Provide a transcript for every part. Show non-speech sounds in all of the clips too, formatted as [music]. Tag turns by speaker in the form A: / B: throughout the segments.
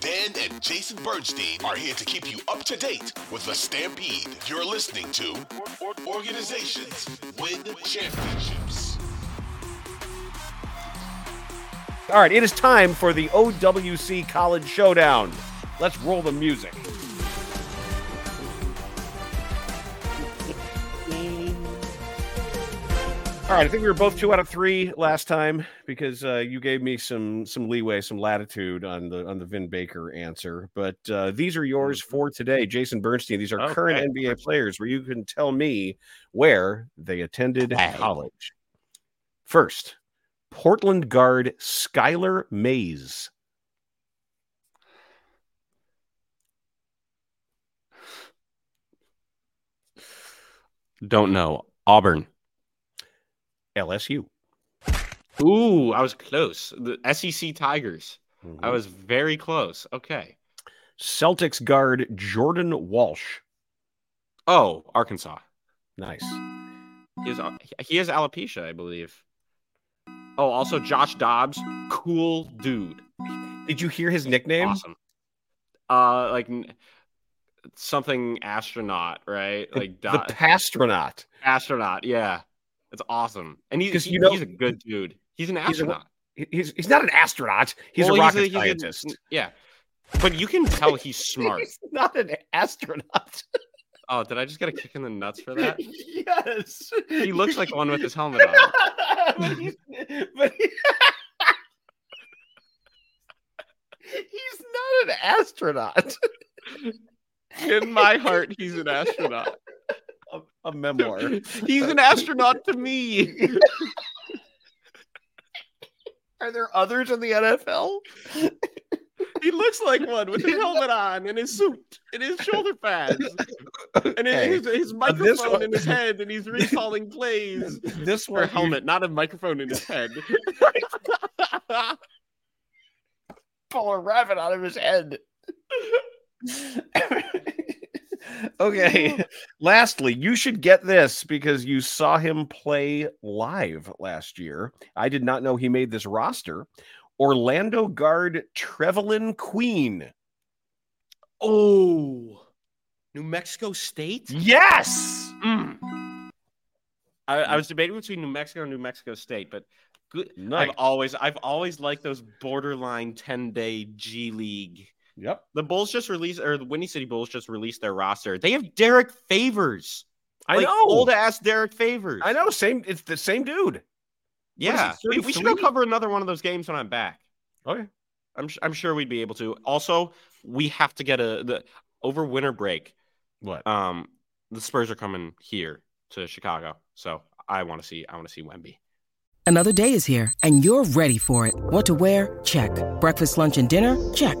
A: Dan and Jason Bernstein are here to keep you up to date with the Stampede. You're listening to Or- Or- Organizations Win Championships.
B: All right, it is time for the OWC College Showdown. Let's roll the music. All right, I think we were both two out of three last time because uh, you gave me some some leeway, some latitude on the on the Vin Baker answer. But uh, these are yours for today, Jason Bernstein. These are current NBA players where you can tell me where they attended college. First, Portland guard Skylar Mays.
C: Don't know. Auburn.
B: LSU.
C: Ooh, I was close. The SEC Tigers. I was very close. Okay.
B: Celtics guard Jordan Walsh.
C: Oh, Arkansas.
B: Nice.
C: He has, he has alopecia, I believe. Oh, also Josh Dobbs. Cool dude.
B: Did you hear his nickname?
C: Awesome. Uh, like n- something astronaut, right?
B: The-
C: Like
B: the
C: dot,
B: Pastronaut.
C: astronaut. Yeah, that's awesome. And he's
B: 'Cause
C: he-
B: you know-
C: he's a good dude. He's an
B: He's a-
C: astronaut.
B: He- He's, he's not an astronaut. He's
C: Well,
B: a rocket
C: he's
B: scientist.
C: yeah, but you can tell he's
B: [laughs]
C: smart.
B: He's not an astronaut.
C: Oh, did I just get a kick in the nuts for [laughs] that?
B: [laughs] yes.
C: He looks
B: [laughs]
C: like one with his helmet on.
B: but he's, but he- [laughs] he's not an astronaut.
C: In my heart, he's an astronaut.
B: A, a [laughs] memoir.
C: He's an astronaut to [laughs] me.
B: Are there others in the NFL?
C: He looks like one with his helmet on and his suit and his shoulder pads and
B: Okay.
C: his, his, his
B: this
C: microphone
B: one-
C: in his head and he's recalling [laughs] plays.
B: This
C: Or
B: one, you-
C: helmet, not a microphone in his [laughs] head. [laughs]
B: pull a rabbit out of his head. [laughs] [laughs] okay. Lastly, you should get this because you saw him play live last year. I did not know he made this roster. Orlando guard Trevelyn Queen.
C: oh, New Mexico State?
B: Yes.
C: I, I
B: Mm.
C: was debating between New Mexico and New Mexico State, but good.
B: Nice.
C: I've always, I've always liked those borderline ten day G League.
B: Yep.
C: The Bulls just released, or the Windy City Bulls just released their roster. They have Derek Favors.
B: I
C: Like,
B: know.
C: old ass Derek Favors.
B: I know. Same. It's the same dude.
C: Yeah,
B: What is
C: we,
B: he,
C: we should go
B: 33?
C: cover another one of those games when I'm back.
B: Okay.
C: I'm, su- I'm sure we'd be able to. Also, we have to get a the over winter break.
B: What?
C: Um, the Spurs are coming here to Chicago, so I want to see, I want to see Wemby.
D: Another day is here, and you're ready for it. What to wear? Check. Breakfast, lunch, and dinner? Check.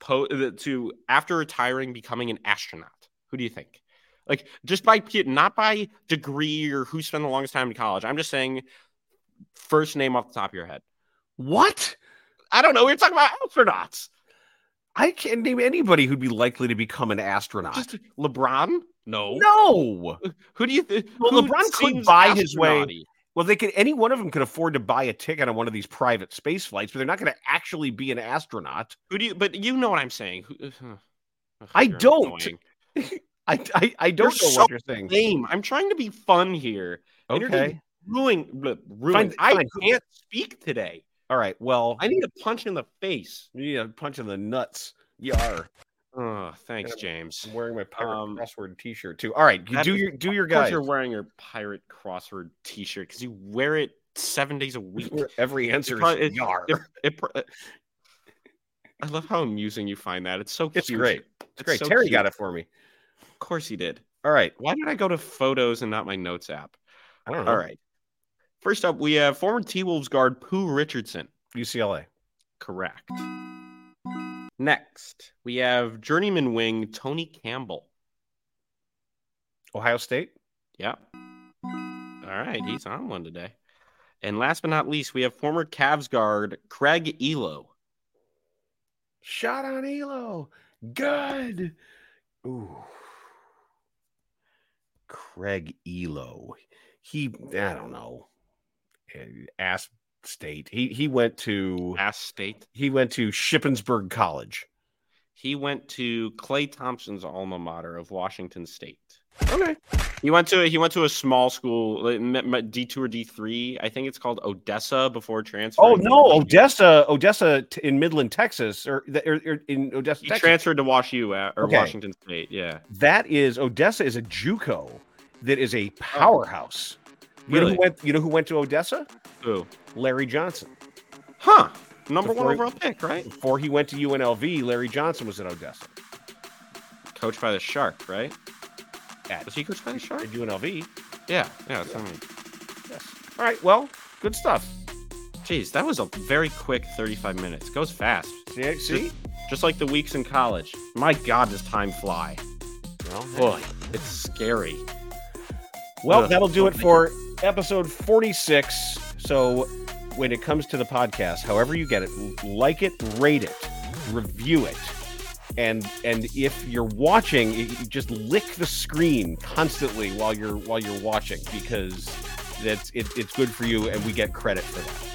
C: po- uh, to after retiring becoming an astronaut? Who do you think? Like just by pe- not by degree or who spent the longest time in college. I'm just saying first name off the top of your head.
B: What?
C: I don't know. We We're talking about astronauts.
B: I can't name anybody who'd be likely to become an astronaut.
C: Just LeBron?
B: Ah.
C: No.
B: no.
C: Who do you think?
B: Well, LeBron could buy his way- Well, they could. Any one of them could afford to buy a ticket on one of these private space flights, but they're not going to actually be an astronaut.
C: Who do you? But you know what I'm saying. Who, uh, Ugh,
B: I
C: you're
B: don't.
C: annoying.
B: I I, I
C: You're
B: don't know
C: so
B: what you're saying.
C: Lame. I'm trying to be fun here. and you're just
B: Okay.
C: ruining. bleh, ruining.
B: Fine,
C: I
B: fine.
C: can't speak today.
B: All right. Well,
C: I need a punch in the face.
B: you need a punch in the nuts. Yar.
C: Oh, thanks,
B: I'm-
C: James.
B: I'm wearing my pirate
C: Um,
B: crossword T-shirt too. All right, you
C: That
B: do
C: is-
B: your do your
C: Of course
B: guys
C: you're wearing your pirate crossword T-shirt because you wear it seven days a week.
B: every answer
C: pro-
B: is yar.
C: It- it pr- uh, I love how amusing you find that. It's so cute.
B: It's great. It's great.
C: so
B: Terry
C: cute.
B: got it for me.
C: Of course he did.
B: All right.
C: Why did I go to photos and not my notes app?
B: I don't know.
C: All right. First up, we have former T Wolves guard Pooh Richardson.
B: UCLA.
C: Correct. Next, we have journeyman wing Tony Campbell.
B: Ohio State.
C: Yep. All right, he's on one today. And last but not least, we have former Cavs guard Craig Elo.
B: Shot on Elo. Good. Ooh. Craig Elo. He I don't know. Eh, Ass State. He he went to
C: Ass State.
B: he went to Shippensburg College.
C: He went to Clay Thompson's alma mater of Washington State.
B: Okay.
C: He went to he went to a small school, D two or D three, I think it's called Odessa before transfer.
B: Oh no, Odessa, Odessa t- in Midland, Texas, or, th- or, or in Odessa,
C: He
B: Texas.
C: transferred to Wash U at, or
B: Okay.
C: Washington State. Yeah,
B: that is Odessa is a JUCO that is a powerhouse. You know
C: Really?
B: who went? You know who went to Odessa?
C: Who?
B: Larry Johnson.
C: Huh? Number one
B: Before-
C: overall pick, right?
B: Before he went to UNLV, Larry Johnson was in Odessa
C: Coached by the Shark, right?
B: at,
C: Was he coached by the Shark?
B: at UNLV.
C: Yeah, yeah. that's what I mean.
B: Yes. All right. Well, good stuff.
C: Jeez, that was a very quick 35 minutes. Goes fast.
B: See, see?
C: Just like the weeks in college. My God, does time fly.
B: Well, hey.
C: Boy, it's scary.
B: Well,
C: Ugh.
B: that'll do it for episode 46. So, when it comes to the podcast, however you get it, like it, rate it, review it. And and if you're watching, you you just lick the screen constantly while you're while you're watching because that's it, it's good for you and we get credit for that.